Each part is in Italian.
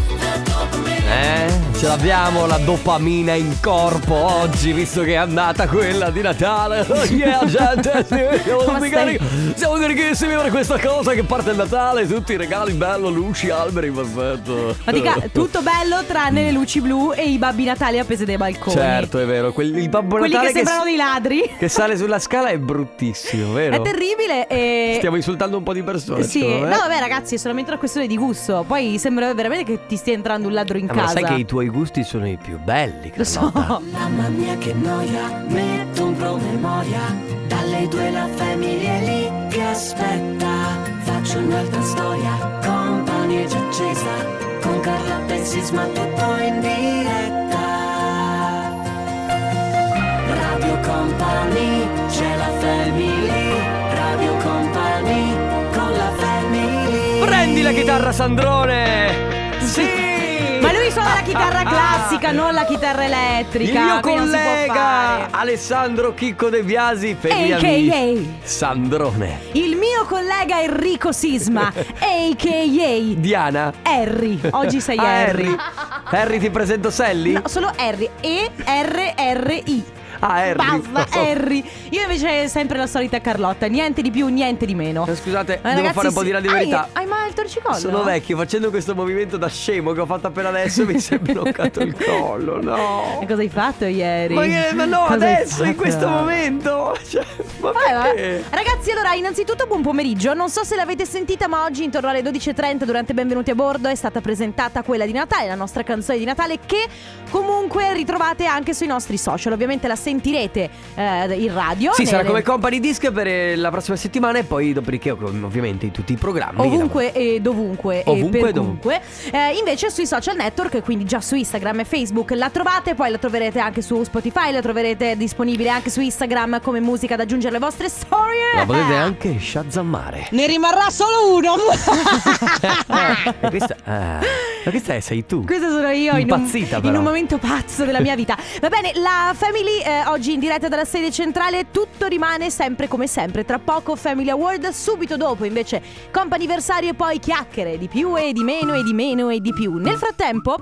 Eh? Ce l'abbiamo la dopamina in corpo oggi, visto che è andata quella di Natale. Oh yeah, gente, sì, siamo, tutti carichi, siamo carichissimi per questa cosa che parte il Natale, tutti i regali, bello, luci, alberi, Eh, perfetto. Ma dica, tutto bello tranne le luci blu e i babbi natali appesi dai balconi. Certo, è vero, quel, il Babbo Quelli Natale che sembrano dei ladri. che sale sulla scala è bruttissimo, È vero? terribile e... eh, Stiamo eh? insultando un po' di persone. Sì, secondo me. no vabbè ragazzi è solamente una questione di gusto Poi sembra veramente che ti stia entrando un ladro in Ah, ma casa sai che i tuoi gusti sono i più belli, Lo so Carlotta. Mamma mia che noia, metto un promemoria. Dalle due la famiglia è lì che aspetta. Faccio un'altra storia, compagnia già accesa. Con Carla Pessis ma tutto in diretta. Radio Company, c'è la famiglia. Radio Company, con la famiglia. Prendi la chitarra Sandrone! Sì! Ma lui suona la chitarra Ah, ah, classica, ah. non la chitarra Il elettrica mio quindi non si può collega fare. Alessandro Chicco De Biasi per gli AKA. amici Sandrone Il mio collega Enrico Sisma A.K.A. Diana Harry Oggi sei Ah, Harry Harry ti presento Sally? No, solo Harry E-R-R-I Ah Harry Basta, Harry Io invece sempre la solita Carlotta Niente di più, niente di meno Eh, Scusate, Ma devo ragazzi, fare un po' sì. di là di Hai- verità Hai mal il torcicollo? Sono vecchio, facendo questo movimento da scemo che ho fatto appena adesso mi si è bloccato il collo, no E cosa hai fatto ieri? Ma, che- ma no, Cosa hai adesso, in fatto? questo momento Cioè, ma Vabbè, perché? vabbè. Ragazzi, allora, innanzitutto buon pomeriggio. Non so se l'avete sentita, ma oggi intorno alle 12.30 durante Benvenuti a bordo è stata presentata quella di Natale, la nostra canzone di Natale, che comunque ritrovate anche sui nostri social. Ovviamente la sentirete eh, in radio. Sì, sarà nelle- come company disc per eh, la prossima settimana e poi dopodiché ov- ovviamente in tutti i programmi. Ovunque e dovunque Ovunque e e per dovunque. dovunque. invece sui social network, quindi già su Instagram e Facebook la trovate, poi la troverete anche su Spotify, la troverete disponibile anche su Instagram come musica da aggiungere alle vostre storie. Eh. La potete anche shazammare. Ne rimarrà solo uno. e questa, ah, ma questa è, sei tu. Questa sono io in un, Impazzita in però. un momento pazzo della mia vita. Va bene, la Family eh, oggi in diretta dalla sede centrale, tutto rimane sempre come sempre. Tra poco Family Award, subito dopo invece comp'anniversario e poi chiacchiere di più e di meno e di meno e di più. Nel frattempo,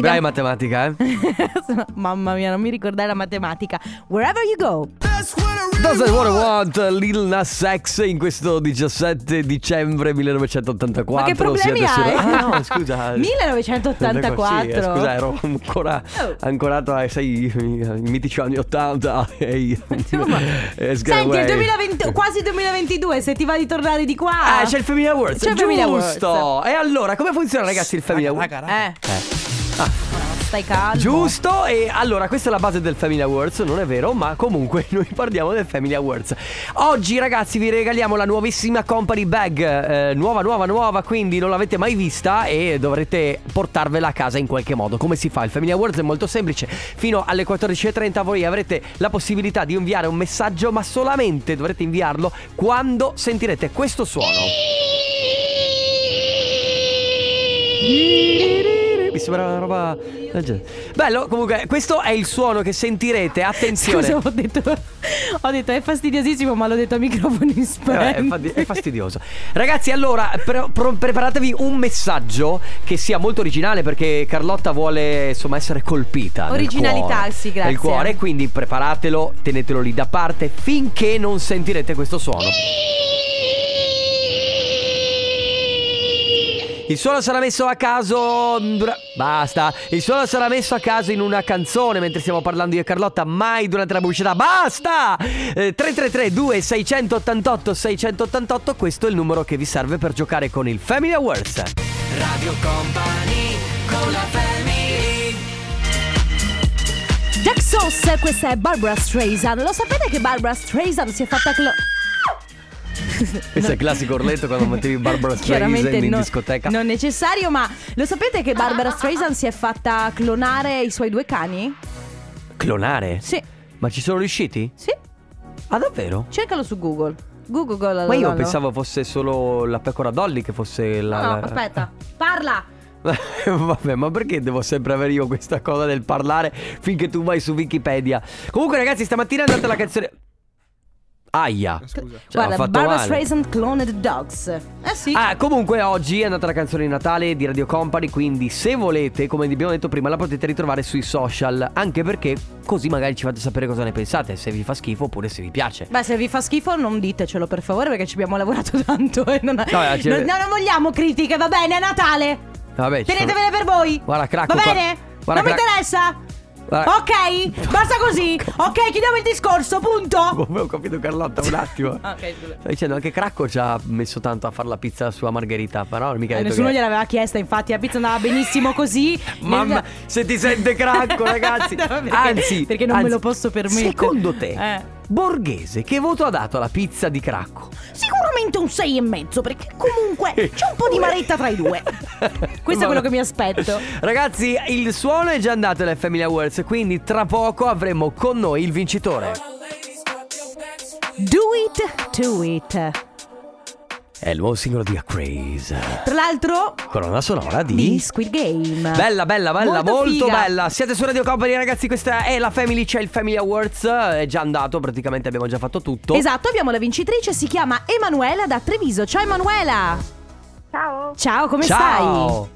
Sei brava in da... matematica, eh? Sono- Mamma mia, non mi ricordare la matematica. Wherever you go. That's what I want, Lil Nas X in questo 17 dicembre 1984. Ma che problemi siete su- hai? Ah, no, scusa. 1984. Sì, eh, scusa, ero ancora Oh. ancorato ai sei i mitici anni 80. Ehi. Insomma. Eh, Sky Senti, è Way. 2020 quasi 2022, se ti va di tornare di qua. Ah, c'è il Family Awards. C'è il giusto. Family Awards. E allora, come funziona, ragazzi, il Family Awards? Eh. Stai calmo. Ah. Giusto, e allora questa è la base del Family Awards, non è vero, ma comunque noi parliamo del Family Awards. Oggi ragazzi vi regaliamo la nuovissima Company Bag, eh, nuova, nuova, nuova, quindi non l'avete mai vista e dovrete portarvela a casa in qualche modo. Come si fa? Il Family Awards è molto semplice, fino alle 14.30 voi avrete la possibilità di inviare un messaggio, ma solamente dovrete inviarlo quando sentirete questo suono. Eh, Mi sembra una roba del genere. Bello, comunque, questo è il suono che sentirete. Attenzione. Scusa, ho detto, ho detto è fastidiosissimo, ma l'ho detto a microfoni Eh, beh, spenti. è, fadi- è fastidioso. Ragazzi, allora pre- pro- preparatevi un messaggio che sia molto originale perché Carlotta vuole insomma essere colpita. nel Originalità, cuore, sì, grazie. Nel cuore, quindi preparatelo, tenetelo lì da parte finché non sentirete questo suono. Il suono sarà messo a caso. mm, dura- Basta. Il suono sarà messo a caso in una canzone mentre stiamo parlando io e Carlotta. Mai durante la pubblicità. Basta! Eh, 333-2688-688. Questo è il numero che vi serve per giocare con il Family Awards. Radio Company con la Family. Jack Sauce, questa è Barbara Streisand. Lo sapete che Barbara Streisand si è fatta clo- Questo è il classico orletto quando mettevi Barbara Streisand Chiaramente in no- discoteca. Non necessario, ma lo sapete che Barbara Streisand si è fatta clonare i suoi due cani? Clonare? Sì, Ma ci sono riusciti? sì, Ah, davvero? cercalo su Google. Google, Google. Ma io Google. pensavo fosse solo la pecora Dolly che fosse la. No, la- aspetta, parla. Vabbè, ma perché devo sempre avere io questa cosa del parlare finché tu vai su Wikipedia? Comunque, ragazzi, stamattina è andata la canzone. Aia. Scusa. Cioè, ho Guarda, fatto Barbara male. Streisand Cloned Dogs. Eh sì. Ah, comunque oggi è andata la canzone di Natale di Radio Company, quindi se volete, come abbiamo detto prima, la potete ritrovare sui social, anche perché così magari ci fate sapere cosa ne pensate, se vi fa schifo oppure se vi piace. Beh, se vi fa schifo non ditecelo per favore perché ci abbiamo lavorato tanto e non, No, ci- non, no, non vogliamo critiche, va bene, è Natale. Vabbè, ci sono- Tenetevele per voi. Guarda, cracco, Va bene? guarda, non mi crac- interessa. Guarda- Ok, basta così. Ok, chiudiamo il discorso, punto. Come ho capito Carlotta un attimo. Ok, scusa. Sto dicendo anche Cracco ci ha messo tanto a fare la pizza sua margherita, però non mica ha Eh, detto nessuno che- gliel'aveva chiesta, infatti la pizza andava benissimo così. Mamma, Nel- se ti sente cracco, ragazzi. No, perché- anzi, perché non me anzi, lo posso permettere. Secondo te, Eh. Borghese, che voto ha dato alla pizza di cracco? Sicuramente un 6 e mezzo, perché comunque c'è un po' di maretta tra i due. Questo è quello che mi aspetto. Ragazzi, il suono è già andato alle Family Awards, quindi tra poco avremo con noi il vincitore. Do it, do it. È il nuovo singolo di A Craze, Tra l'altro, colonna sonora di... di Squid Game. Bella, bella, bella, molto, Molto figa. bella. Siete su Radio Company, ragazzi. Questa è la Family, c'è il Family Awards. È già andato, praticamente abbiamo già fatto tutto. Esatto, abbiamo la vincitrice, si chiama Emanuela da Treviso. Ciao Emanuela! Ciao, Ciao, come stai? Ciao.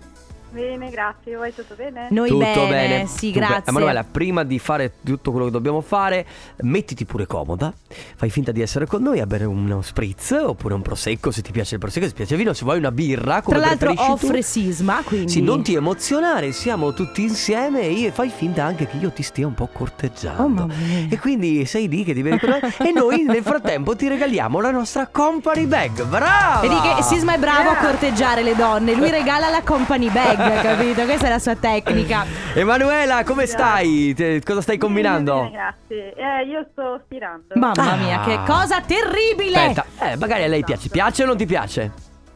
bene, grazie. Voi tutto bene? Noi Tutto bene. sì, Tutto bene. grazie. Emanuela, prima di fare tutto quello che dobbiamo fare, mettiti pure comoda. Fai finta di essere con noi a bere uno spritz oppure un prosecco se ti piace il prosecco, se ti piace il vino, se vuoi una birra. Come Tra l'altro preferisci offre tu. sisma, quindi Sì, non ti emozionare, siamo tutti insieme e io- fai finta anche che io ti stia un po' corteggiando. Oh, mamma mia. E quindi sei lì che ti vedi con noi e noi nel frattempo ti regaliamo la nostra company bag. Brava! Vedi che Sisma è bravo Ah. a corteggiare le donne, lui regala la company bag, capito? Questa è la sua tecnica. Emanuela, come stai? Te- cosa stai combinando? Bene, bene, grazie. Eh, io sto stirando. Mamma Ah. mia, che cosa terribile! Aspetta, eh, magari a lei piace. Piace o non ti piace?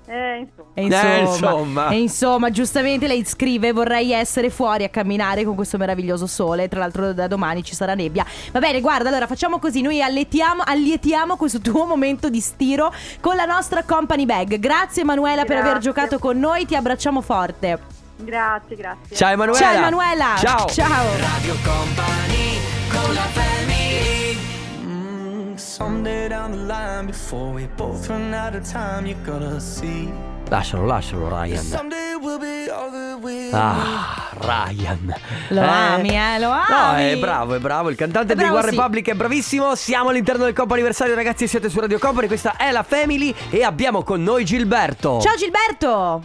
Eh, insomma. E Eh, insomma, insomma. e insomma, giustamente lei scrive: Vorrei essere fuori a camminare con questo meraviglioso sole. Tra l'altro, da domani ci sarà nebbia. Va bene, guarda, allora facciamo così: noi alletiamo, allietiamo questo tuo momento di stiro con la nostra company bag. Grazie, Emanuela, per aver Grazie. giocato con noi. Ti abbracciamo forte. Grazie, grazie. Ciao Emanuela. Ciao, Emanuela. Ciao. Ciao. Lascialo, lascialo Ryan. Ah, Ryan. Lo ami, eh, lo No, ami. è bravo, è bravo. Il cantante È di bravo, War sì. Republic è bravissimo. Siamo all'interno del Coppa Anniversario, ragazzi. Siete su Radio Company. Questa è la Family e abbiamo con noi Gilberto. Ciao, Gilberto.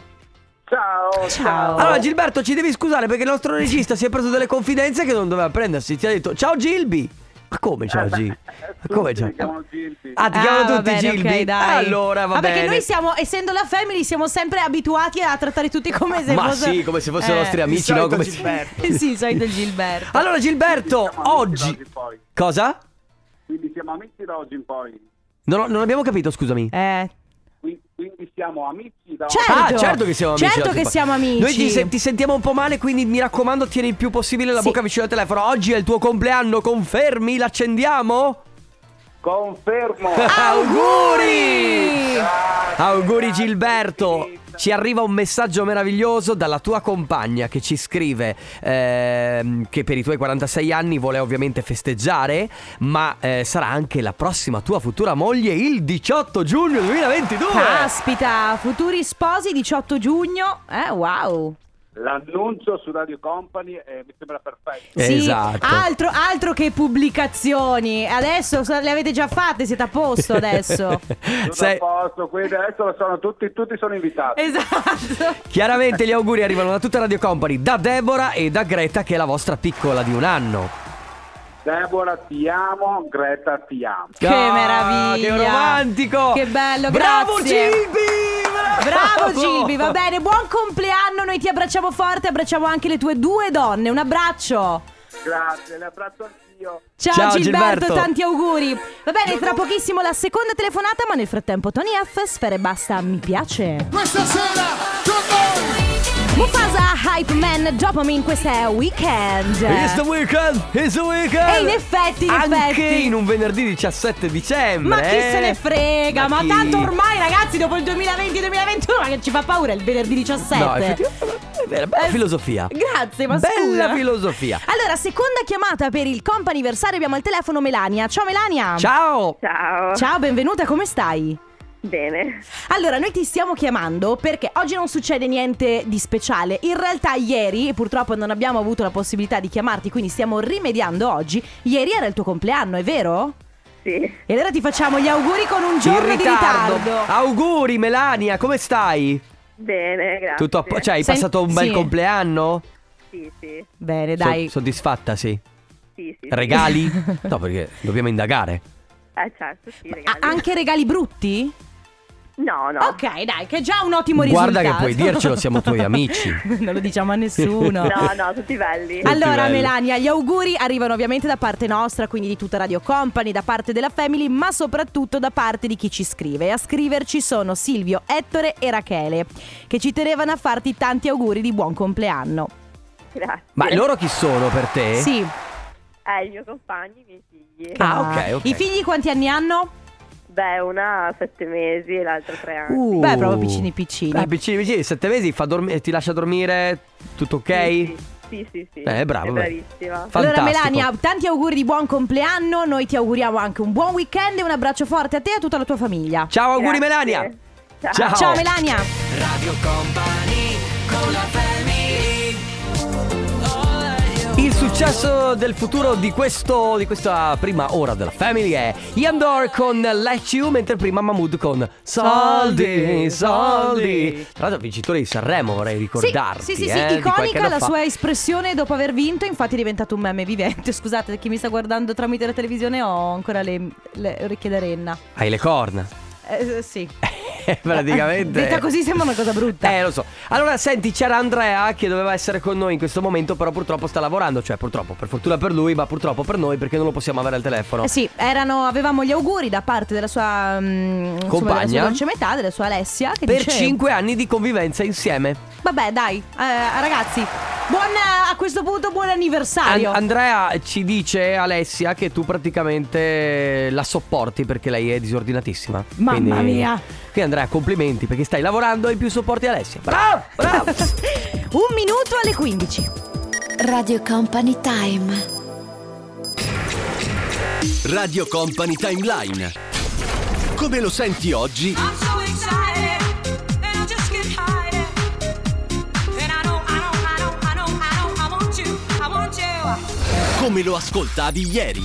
Ciao, Ciao. Allora, Gilberto, ci devi scusare perché il nostro regista si è preso delle confidenze che non doveva prendersi. Ti ha detto, ciao Gilby. Ma come ciao Gilby? Ma come tutti ciao? mi chiamano Gilby. Ah, ti Ah, chiamano va tutti bene, Gilby? ok, dai. Allora, va Ah, bene. Perché noi siamo, essendo la family, siamo sempre abituati a trattare tutti come se Ma fossero. sì, come se fossero Eh. nostri amici, no? Come se- Sì, il solito Gilberto. Allora, Gilberto, Siamo amici da oggi. oggi in poi. Cosa? Quindi siamo amici da oggi in poi. Non, ho- non abbiamo capito, scusami. Eh. Qui- Quindi siamo amici da Certo. Ah, certo che siamo amici. Certo oggi, che poi. siamo amici. Noi ti, se- ti sentiamo un po' male, quindi mi raccomando, tieni il più possibile la Sì. bocca vicino al telefono. Oggi è il tuo compleanno, confermi? L'accendiamo? oggi. Confermo. Auguri! Grazie, Ah! Auguri grazie, Gilberto, Gilberto. ci arriva un messaggio meraviglioso dalla tua compagna che ci scrive ehm, che per i tuoi 46 anni vuole ovviamente festeggiare, ma eh, sarà anche la prossima tua futura moglie il 18 giugno 2022. Caspita, futuri sposi 18 giugno. Eh, wow. L'annuncio su Radio Company eh, mi sembra perfetto. Sì, Esatto. altro, altro che pubblicazioni. Adesso so- le avete già fatte, siete a posto adesso. Tutto Sei- a posto, quindi adesso lo sono tutti, tutti sono invitati. esatto. Chiaramente gli auguri arrivano da tutta Radio Company, da Deborah e da Greta che è la vostra piccola di un anno. Deborah ti amo, Greta ti amo. Che Ah, meraviglia. Che romantico! Che bello, Bravo grazie. Gilby! Bravo Gilby, va bene, buon compleanno, noi ti abbracciamo forte, abbracciamo anche le tue due donne, un abbraccio. Grazie, le abbraccio anch'io. Ciao, Ciao, Gilberto. Gilberto, tanti auguri. Va bene, tra pochissimo la seconda telefonata, ma nel frattempo Tony F, Sfere Basta, mi piace. Mufasa, Hype Man, Dopamine, questa è Weekend. It's the weekend, it's the weekend. E Eh. in effetti, in Anche effetti. in un venerdì 17 dicembre. Ma chi eh? se ne frega? Ma, chi? tanto ormai, ragazzi, dopo il 2020-2021, che ci fa paura il venerdì 17. No, effettivamente. È vero, bella Eh, filosofia. Grazie, ma Bella scusa. filosofia. Allora, seconda chiamata per il comp anniversario. Abbiamo al telefono Melania. Ciao Melania. Ciao! Ciao. Ciao, benvenuta, come stai? Bene. Allora, noi ti stiamo chiamando perché oggi non succede niente di speciale. In realtà ieri, purtroppo non abbiamo avuto la possibilità di chiamarti, quindi stiamo rimediando oggi. Ieri era il tuo compleanno, è vero? Sì. E allora ti facciamo gli auguri con un In giorno ritardo. di ritardo. Auguri Melania, come stai? Bene, grazie. Tutto a po- Cioè, hai Sen- passato un bel sì. compleanno? Sì, sì. Bene, So- dai. soddisfatta, sì. Sì, sì. Regali? no, perché dobbiamo indagare. Ah, certo, sì, A- regali. anche regali brutti? No, no. Ok, dai, che è già un ottimo risultato. Guarda che puoi dircelo, siamo tuoi amici. non lo diciamo a nessuno. No, no, tutti belli. Ah, Allora belli. Melania, gli auguri arrivano ovviamente da parte nostra, quindi di tutta Radio Company, da parte della Family, ma soprattutto da parte di chi ci scrive. E a scriverci sono Silvio, Ettore e Rachele, che ci tenevano a farti tanti auguri di buon compleanno. Grazie. Ma loro chi sono per te? Sì. Eh, il mio compagno, i miei figli. Ah, ok, ok. I figli quanti anni hanno? Beh, una ha sette mesi e l'altra tre anni. Uh. Beh, proprio piccini piccini. Eh, piccini, piccini, sette mesi, fa dormi- ti lascia dormire, tutto ok? Sì, sì, sì. sì. Eh, bravo, È beh. bravissima. Fantastico. Allora Melania, tanti auguri di buon compleanno, noi ti auguriamo anche un buon weekend e un abbraccio forte a te e a tutta la tua famiglia. Ciao, auguri Grazie. Melania! Ciao. Ciao. Ciao Melania! Il successo del futuro di, questo, di questa prima ora della Family è Yandor con Let You, mentre prima Mahmood con Soldi, Soldi. Tra l'altro vincitore di Sanremo, vorrei ricordarti. Sì, sì, sì, sì, eh, di qualche iconica anno la fa. sua espressione dopo aver vinto, infatti è diventato un meme vivente. Scusate, chi mi sta guardando tramite la televisione ho ancora le, le orecchie da renna. Hai le corna. Eh, sì. Praticamente. Detta così sembra una cosa brutta. Eh, lo so. Allora, senti, c'era Andrea che doveva essere con noi in questo momento, però purtroppo sta lavorando. Cioè, purtroppo, per fortuna per lui, ma purtroppo per noi, perché non lo possiamo avere al telefono. Eh sì, erano, avevamo gli auguri da parte della sua mm, insomma, Compagna. della sua dolce metà, della sua Alessia. Che per dice, 5 anni di convivenza insieme. Vabbè, dai, eh, ragazzi, buon, eh, a questo punto buon An- anniversario. Andrea ci dice Alessia che tu praticamente la sopporti perché lei è disordinatissima. Mamma mia. Quindi Andrea, complimenti perché stai lavorando e in più sopporti Alessia. Bravo, Ah, bravo. un minuto alle 15. Radio Company Time. Radio Company Timeline. Come lo senti oggi? Come lo ascoltavi ieri?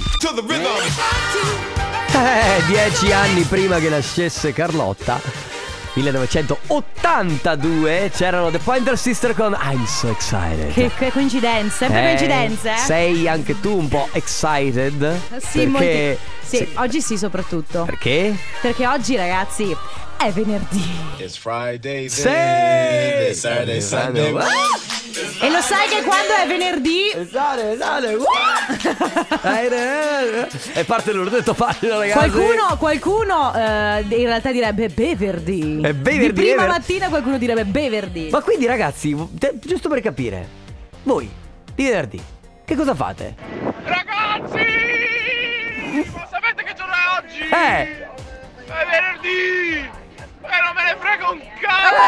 Eh, dieci anni prima che nascesse Carlotta, 1982, c'erano The Pointer Sister con I'm So Excited. Che, che coincidenze, sempre Eh, coincidenze. Eh? Sei anche tu un po' excited? Sì, perché, molti- sì, oggi sì soprattutto. Perché? Perché oggi ragazzi è venerdì. Sì! Ah! E lo sai che quando è venerdì... eh? Sale, sale, eh? E parte l'urdetto fallo, ragazzi. Qualcuno, qualcuno eh, in realtà direbbe beverdì. È beverdì, Di prima è ver- mattina qualcuno direbbe beverdì. Ma quindi, ragazzi, te- giusto per capire, voi di venerdì che cosa fate? Mm. Ragazzi! Ma sapete che giorno è oggi? Eh! È venerdì! E non me ne frega un Eh, cazzo!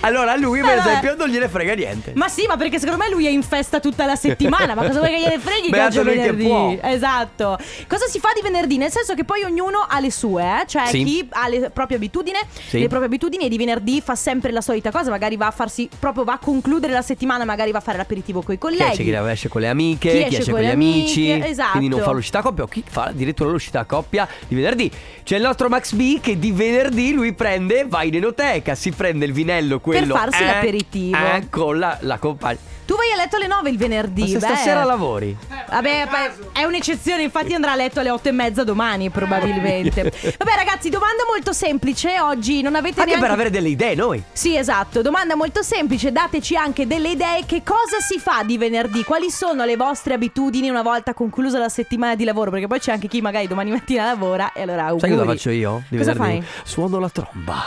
Allora, lui, per Vabbè. esempio, non gliene frega niente. Ma sì, ma perché secondo me lui è in festa tutta la settimana. Ma cosa vuoi che gliene freghi? che Beato oggi è lui che venerdì. può. Esatto. Cosa si fa di venerdì? Nel senso che poi ognuno ha le sue, eh? cioè Sì. chi ha le proprie abitudini, Sì. le proprie abitudini e di venerdì fa sempre la solita cosa. Magari va a farsi, proprio va a concludere la settimana, magari va a fare l'aperitivo con i Chi colleghi. esce, chi esce con le amiche, chi esce, con gli le amici, amiche, esatto. quindi non fa l'uscita a coppia, o chi fa addirittura l'uscita a coppia di venerdì. C'è il nostro Max B che di venerdì lui prende, va in enoteca, si prende il vinello quello farsi eh, l'aperitivo. eh, con la, la compagna. Tu vai a letto alle 9 il venerdì. Ma se beh. stasera lavori? Vabbè, beh, è un'eccezione, infatti andrà a letto alle 8 e mezza domani probabilmente. Vabbè ragazzi, domanda molto semplice, oggi non avete Anche neanche... per avere delle idee noi. Sì, esatto, domanda molto semplice, dateci anche delle idee che cosa si fa di venerdì, quali sono le vostre abitudini una volta conclusa la settimana di lavoro, perché poi c'è anche chi magari domani mattina lavora e allora auguri. Sai cosa faccio io? Di Cosa venerdì? fai? Suono la tromba.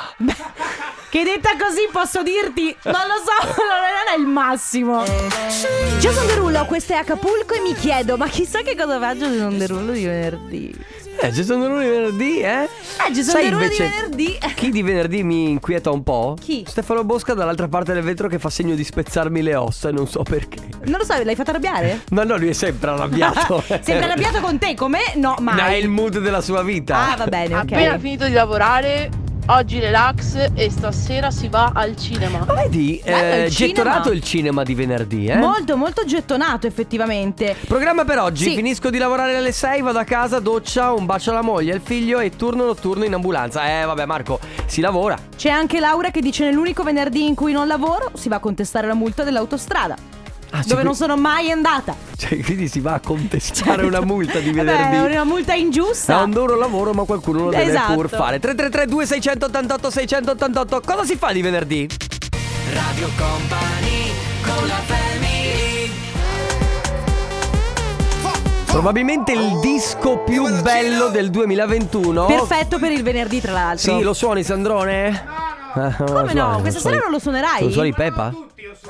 Che detta così posso dirti, non lo so, non è- non è è il massimo. Jason Derulo, questo è Acapulco e mi chiedo, ma chissà che cosa fa Jason Derulo di venerdì. Eh, Jason Derulo di venerdì, eh? Eh, Jason Sai, Derulo invece, di venerdì. eh, Chi di venerdì mi inquieta un po'? Chi? Stefano Bosca dall'altra parte del vetro che fa segno di spezzarmi le ossa e non so perché. Non lo so, l'hai fatto arrabbiare? No, no, lui è sempre arrabbiato. Sembra arrabbiato con te, come? No, mai. No, è il mood della sua vita. Ah, va bene, ok. Appena finito di lavorare, oggi relax e stasera si va al cinema. Ma vedi, Bello eh, il cinema. gettonato il cinema di venerdì, eh? Molto, molto gettonato, effettivamente. Programma per oggi, Sì. finisco di lavorare alle 6, vado a casa, doccia, un bacio alla moglie, al figlio e turno notturno in ambulanza. Eh vabbè Marco, si lavora. C'è anche Laura che dice: Nell'unico venerdì in cui non lavoro, si va a contestare la multa dell'autostrada. Ah, sì, dove qui- non sono mai andata. Cioè, quindi si va a contestare Certo. una multa di Vabbè, venerdì. è una multa ingiusta. Da un duro lavoro ma qualcuno lo deve Esatto. pur fare 333 2688 688 Cosa si fa di venerdì? Radio Company con la Probabilmente il disco più bello del 2021 Perfetto per il venerdì, tra l'altro. Sì, lo suoni Sandrone? Ah, No, no Come no? Questa sera non lo suonerai? Lo suoni Peppa?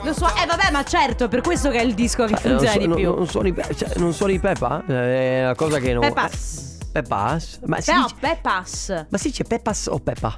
Lo so, eh vabbè, ma certo, per questo che è il disco che Eh, non, funziona so- di non- più. non suoni, Pe- cioè, non suoni Peppa? Eh, È una cosa che non... Peppa. Eh, Peppa? Ma si Però dice- Peppas. Ma si dice Peppas o Peppa?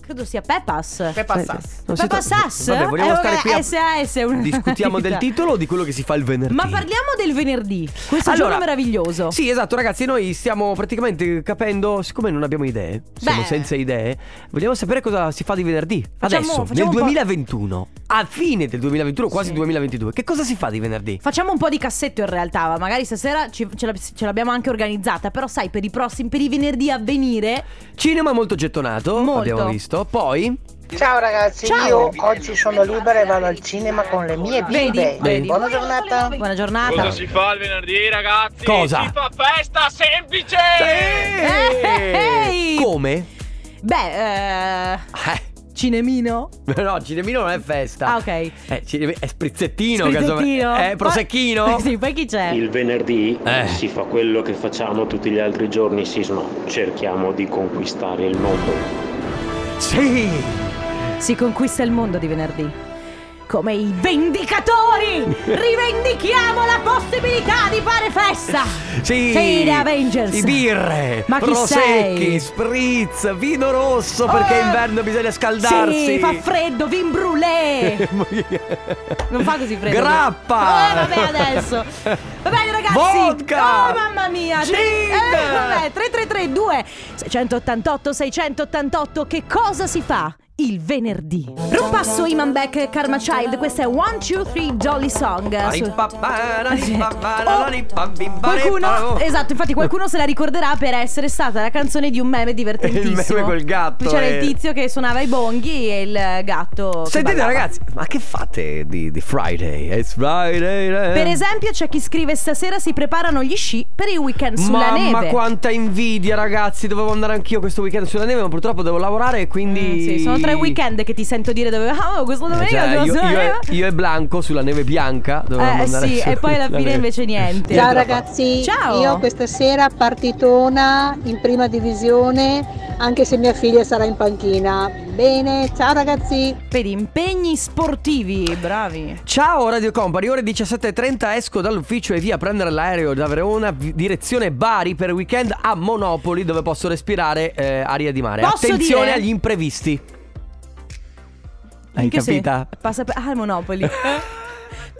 Credo sia Peppas. Peppa Senti, Sass. Cioè, non si Peppa tra- Sass? Vabbè, vogliamo Eh, stare vabbè, qui a- SAS è una Discutiamo del vita. titolo o di quello che si fa il venerdì? Ma parliamo del venerdì, questo giorno meraviglioso. Sì, esatto, ragazzi, noi stiamo praticamente capendo, siccome non abbiamo idee, siamo Beh. senza idee, vogliamo sapere cosa si fa di venerdì. Facciamo- Adesso, facciamo un nel po'. 2021, a fine del 2021, quasi Sì. 2022, che cosa si fa di venerdì? Facciamo un po' di cassetto in realtà, ma magari stasera ci- ce, la- ce l'abbiamo anche organizzata, però sai, per i prossimi, per i venerdì a venire... Cinema molto gettonato, Molto. abbiamo visto. Poi, Ciao ragazzi, Ciao. io oggi sono libera e vado al cinema con le mie bimbe. Vedi, vedi. Buona giornata. Buona giornata. Cosa si fa il venerdì, ragazzi? Cosa? Si fa festa semplice! Ehi! come? Beh, eh, Eh, cinemino? no, Cinemino non è festa. Ah, ok. Eh, Cine- è sprizzettino, Sprizzettino. casomai. Eh, prosecchino. Poi- Sì, poi chi c'è? Il venerdì Eh. si fa quello che facciamo tutti gli altri giorni, Sisma. Cerchiamo di conquistare il mondo. Sì. Si conquista il mondo di venerdì. Come i vendicatori! Rivendichiamo la possibilità di fare festa! Sì. Sì, The Avengers. I birre. Ma chi sei? prosecchi, spritz, vino rosso perché Eh. inverno bisogna scaldarsi. Sì, fa freddo, vin brûlé! Non fa così freddo. Grappa. Eh, vabbè, adesso. Va bene, ragazzi. Vodka. Oh, mamma mia. Gin. Eh, vabbè, 3332 688 688 che cosa si fa? Il venerdì. Rumpasso Iman Beck Karma Child, questa è 1 2 3 Jolly Song. Su- Oh, Qualcuno, esatto, infatti qualcuno se la ricorderà per essere stata la canzone di un meme divertentissimo. Il meme col gatto, C'era eh. il tizio che suonava i bonghi e il gatto. che Sentite ballava. ragazzi, ma che fate di, di Friday? It's Friday. eh. Per esempio, c'è chi scrive stasera si preparano gli sci per il weekend sulla Mamma neve. quanta invidia ragazzi, dovevo andare anch'io questo weekend sulla neve, ma purtroppo devo lavorare e quindi... Mm, sì, sono tre weekend che ti sento dire dove ah, oh, questo Eh, domenica cioè, devo io, sulla io e, neve. io e Blanco sulla neve bianca dovevamo Eh andare sì, su- e poi alla sulla fine neve. invece niente. Ciao, ragazzi, Ciao. io questa sera partitona in prima divisione, anche se mia figlia sarà in panchina. Bene, ciao ragazzi. Vedi, impegni sportivi, bravi. Ciao Radio Company, ore 17.30 esco dall'ufficio e via a prendere l'aereo da Verona vi- direzione Bari per weekend a Monopoli dove posso respirare eh, aria di mare. Posso Attenzione dire- agli imprevisti. Hai Che se- capita? Passa per... Ah, il Monopoli. Ma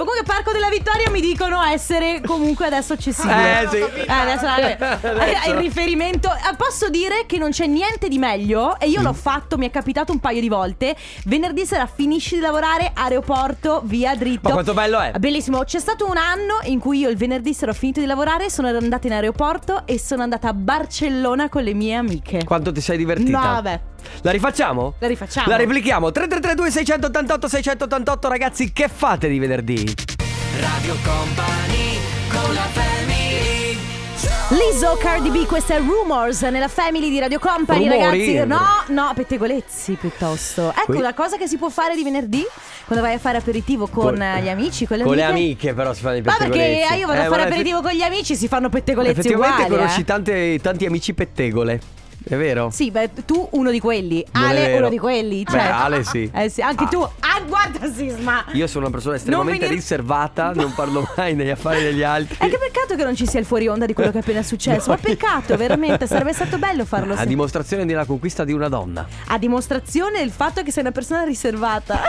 comunque Parco della Vittoria mi dicono essere comunque adesso accessibile. Eh, sì. Eh, adesso, Adesso. adesso. il riferimento. eh, Posso dire che non c'è niente di meglio e io Mm. l'ho fatto, mi è capitato un paio di volte. Venerdì sera finisci di lavorare, aeroporto, via dritto. Ma quanto eh? bello è? Bellissimo, c'è stato un anno in cui io il venerdì sera ho finito di lavorare, sono andata in aeroporto e sono andata a Barcellona con le mie amiche. Quanto ti sei divertita? No, vabbè, La rifacciamo? la rifacciamo. La replichiamo 3332 688 688 ragazzi che fate di venerdì? Radio Company con la Lizzo, Cardi B, questa è Rumors nella family di Radio Company, Rumori? ragazzi. No, no, pettegolezzi piuttosto. Ecco Que- una cosa che si può fare di venerdì quando vai a fare aperitivo con eh, gli amici, con le Con le amiche. amiche però si fanno i Ma perché pettegolezzi. eh, io Eh, vado a fare guarda, aperitivo con gli amici, si fanno pettegolezzi Effettivamente uguali. conosci eh. tante- tanti amici pettegole. È vero? Sì, beh, tu uno di quelli, Non è Ale vero. uno di quelli. Beh, Cioè, Ale sì. Eh sì, anche Ah. tu. Ah, guarda Sisma. Io sono una persona estremamente venir- riservata, non parlo mai negli affari degli altri. È che peccato che non ci sia il fuori onda di quello che è appena successo. Ma peccato, veramente. Sarebbe stato bello farlo. A sen- dimostrazione della conquista di una donna. a dimostrazione del fatto che sei una persona riservata.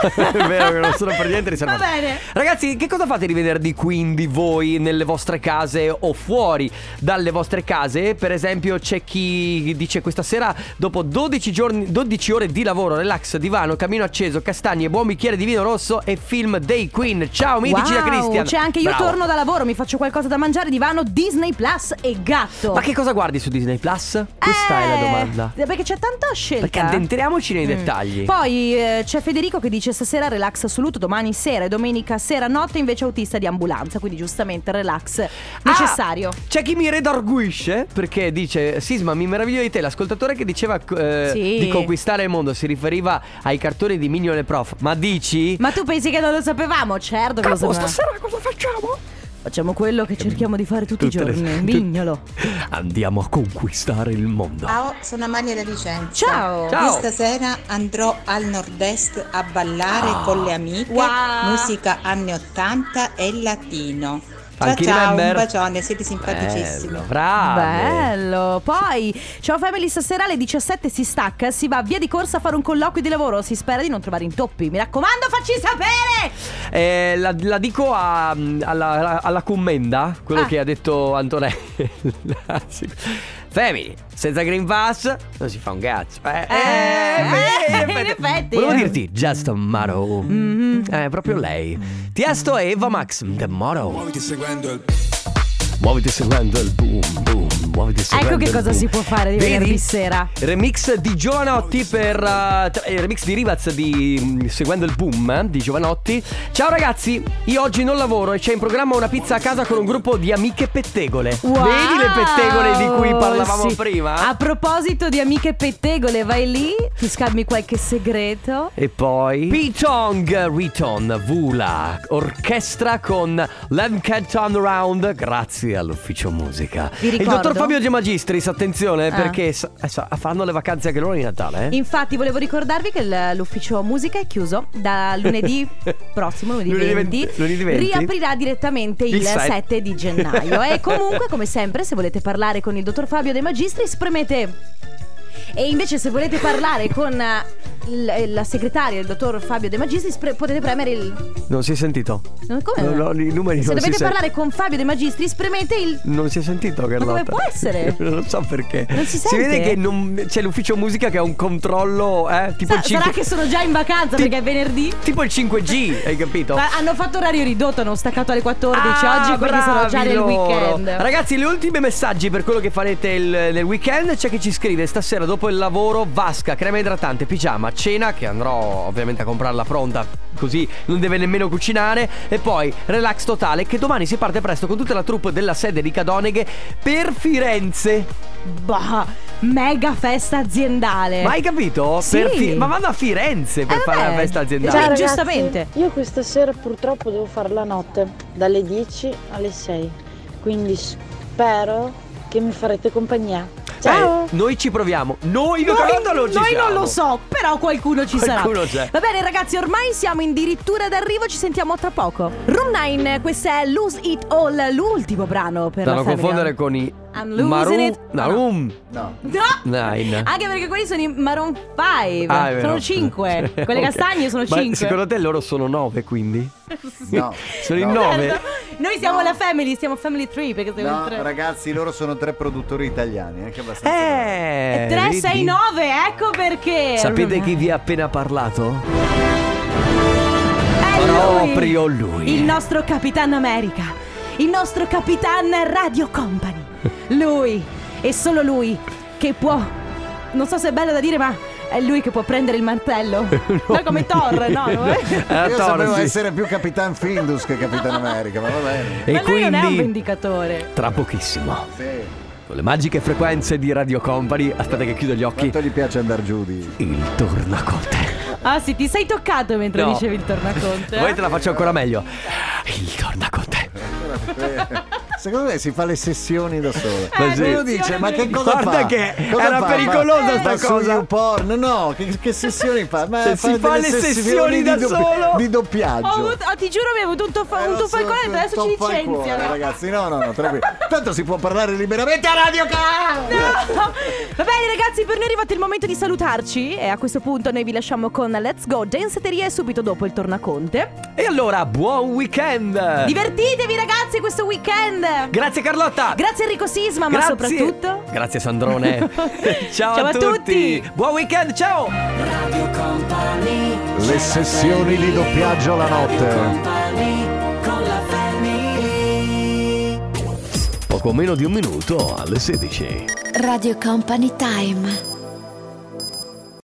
È vero che non sono per niente riservato. Va bene. Ragazzi, che cosa fate di venerdì quindi voi nelle vostre case o fuori dalle vostre case? Per esempio, c'è chi dice questa sera dopo 12 giorni 12 ore di lavoro, relax, divano, camino acceso, castagne, buon bicchiere di vino rosso e film dei Queen. Ciao, mitici da Wow, Cristian. Cioè, anche io Bravo. torno da lavoro, mi faccio qualcosa da mangiare, divano, Disney Plus e gatto. Ma che cosa guardi su Disney Plus? Questa è la Eh, domanda. Perché c'è tanta scelta. Perché addentriamoci nei Mm. dettagli. Poi eh, c'è Federico che dice stasera relax assoluto, domani sera e domenica sera notte invece autista di ambulanza, quindi giustamente il relax necessario. Ah, c'è chi mi redarguisce perché dice Sisma mi meraviglio di te l'ascoltatore che diceva eh, Sì. di conquistare il mondo si riferiva ai cartoni di Mignon e Prof ma dici Ma tu pensi che non lo sapevamo? Certo che lo Capo, sapevamo. stasera cosa facciamo? Facciamo quello che cerchiamo di fare tutti i Tutte le- giorni. tut- Mignolo. Andiamo a conquistare il mondo Ciao, sono Amalia da Vicenza. Ciao. Ciao. Questa sera andrò al nord-est a ballare Ah. con le amiche. Wow. Musica anni 80 e latino. Ciao Funky ciao, Remember. un bacione, siete simpaticissimi. Bello, brave Ah, Bello. Poi, ciao family, stasera alle 17 si stacca, si va via di corsa a fare un colloquio di lavoro, si spera di non trovare intoppi. Mi raccomando, facci sapere! Eh, la, la dico a- alla, alla commenda quello Ah. che ha detto Antonella Sì. Femi senza Green Pass non si fa un cazzo eh, Eh, beh, in effetti. volevo dirti just tomorrow Mhm. è proprio lei Tiesto e Eva Max tomorrow muoviti seguendo il muoviti seguendo il boom boom muoviti seguendo Ecco che il cosa boom. si può fare di Vedi? venerdì sera. Remix di Giovanotti per eh, tra- il remix di Rivaz di mm, Seguendo il Boom eh, di Giovanotti. Ciao ragazzi, io oggi non lavoro e c'è in programma una pizza a casa con un gruppo di amiche pettegole. Wow, Vedi le pettegole di cui parlavamo sì. prima? A proposito di amiche pettegole, vai lì, ti scambi qualche segreto. E poi Pitong Riton Vula Orchestra con Lem Can Turn Around Grazie all'ufficio musica Vi Il ricordo- dottor Fabio De Magistris Attenzione Ah. perché sa- sa- fanno le vacanze anche loro di Natale eh? Infatti, volevo ricordarvi che l- l'ufficio musica è chiuso da lunedì prossimo, lunedì, Lunedì 20, venti- lunedì 20. Riaprirà direttamente il, Il set- 7 di gennaio. e comunque, come sempre, se volete parlare con il dottor Fabio De Magistris, premete. E invece, se volete parlare con eh, l- la segretaria, il dottor Fabio De Magistris, pre- potete premere il. Non si è sentito? No, come? No, no, i numeri se non dovete si parlare con Fabio De Magistris, premete il. Non si è sentito Carlotta come può essere? non lo so perché Non si sente? vede che non- c'è l'ufficio musica che ha un controllo eh, tipo, Sa- il 5... sarà che sono già in vacanza Ti- perché è venerdì. tipo il 5G hai capito? Ma hanno fatto orario ridotto, hanno staccato alle 14 Ah, oggi, quindi sono già bravi nel loro. weekend. Ragazzi, le ultime messaggi per quello che farete il- nel weekend. C'è chi ci scrive stasera dopo il lavoro, vasca, crema idratante, pigiama, cena, che andrò ovviamente a comprarla pronta, così non deve nemmeno cucinare. E poi relax totale, che domani si parte presto con tutta la troupe della sede di Cadoneghe per Firenze. Bah, mega festa aziendale. Ma hai capito? Eh. Sì. Per Fi- ma vanno a Firenze per Eh, fare vabbè. la festa aziendale. Ciao, Ciao, ragazzi. giustamente. Io questa sera purtroppo devo fare la notte, dalle 10 alle 6. Quindi spero che mi farete compagnia. Ciao! Eh, noi ci proviamo. Noi, Noi, Carlotta, non ci noi siamo. non lo so, però qualcuno ci Qualcuno sarà. c'è. Va bene, ragazzi, ormai siamo addirittura d'arrivo, ci sentiamo tra poco. Room 9, questo è Lose It All, l'ultimo brano per Da la non Family confondere Hour. con i I'm losing Maroon- it. Maroon. No! Nine. Anche perché quelli sono i Maroon 5. Ah, è vero. sono 5. Cioè, Quelle ok. castagne sono Ma 5. Secondo te loro sono 9 quindi? No. Sono in No. 9. Certo. Noi siamo la family, siamo family 3 perché siamo in No, tre. ragazzi, loro sono tre produttori italiani, anche Eh, abbastanza. bravi. Eh, 3, 6, vedi? 9, ecco perché. Sapete chi vi ha appena parlato? È lui, Proprio lui. Il nostro Capitan America. Il nostro Capitan Radio Company. Lui e solo lui che può. Non so se è bello da dire, ma è lui che può prendere il martello. No, come Thor, no? eh. Era Io Eh, Thor, sapevo sì. essere più Capitan Findus che Capitan America, ma va bene. E ma lui non è un quindi vendicatore. tra pochissimo Sì. con le magiche frequenze di Radio Company, aspetta che chiudo gli occhi, Quanto gli piace andare giù di... il tornaconte. Ah sì, ti sei toccato mentre No. dicevi il tornaconte. eh? Voi te la faccio ancora meglio. Il tornaconte. Secondo me si fa le sessioni da solo. Ma sì. Uno dice, ma che cosa Eh, Guarda fa? che Cosa era fa? pericolosa Ma- sta ma su cosa. YouPorn, no, che, che sessioni fa? Ma Se si fa delle le sessioni da di doppi- solo. Di doppiaggio. Eh, Ho avuto- ah, ti giuro mi è venuto un, tuffo, un tuffo al cuore e adesso ci Toppa al cuore, licenziano. ragazzi, no, no, no, tranquillo. Tanto si può parlare liberamente a Radio Car! No! Va bene ragazzi, per noi è arrivato il momento di salutarci e a questo punto noi vi lasciamo con Let's Go Danceteria e subito dopo il tornaconte. E allora, buon weekend! Divertitevi ragazzi questo weekend! Grazie Carlotta! Grazie Enrico Sisma, ma Grazie. soprattutto... Grazie Sandrone. ciao, Ciao a tutti. Buon weekend, ciao. Radio Company Le sessioni di doppiaggio la notte. Company con la family Poco meno di un minuto alle 16. Radio Company Time.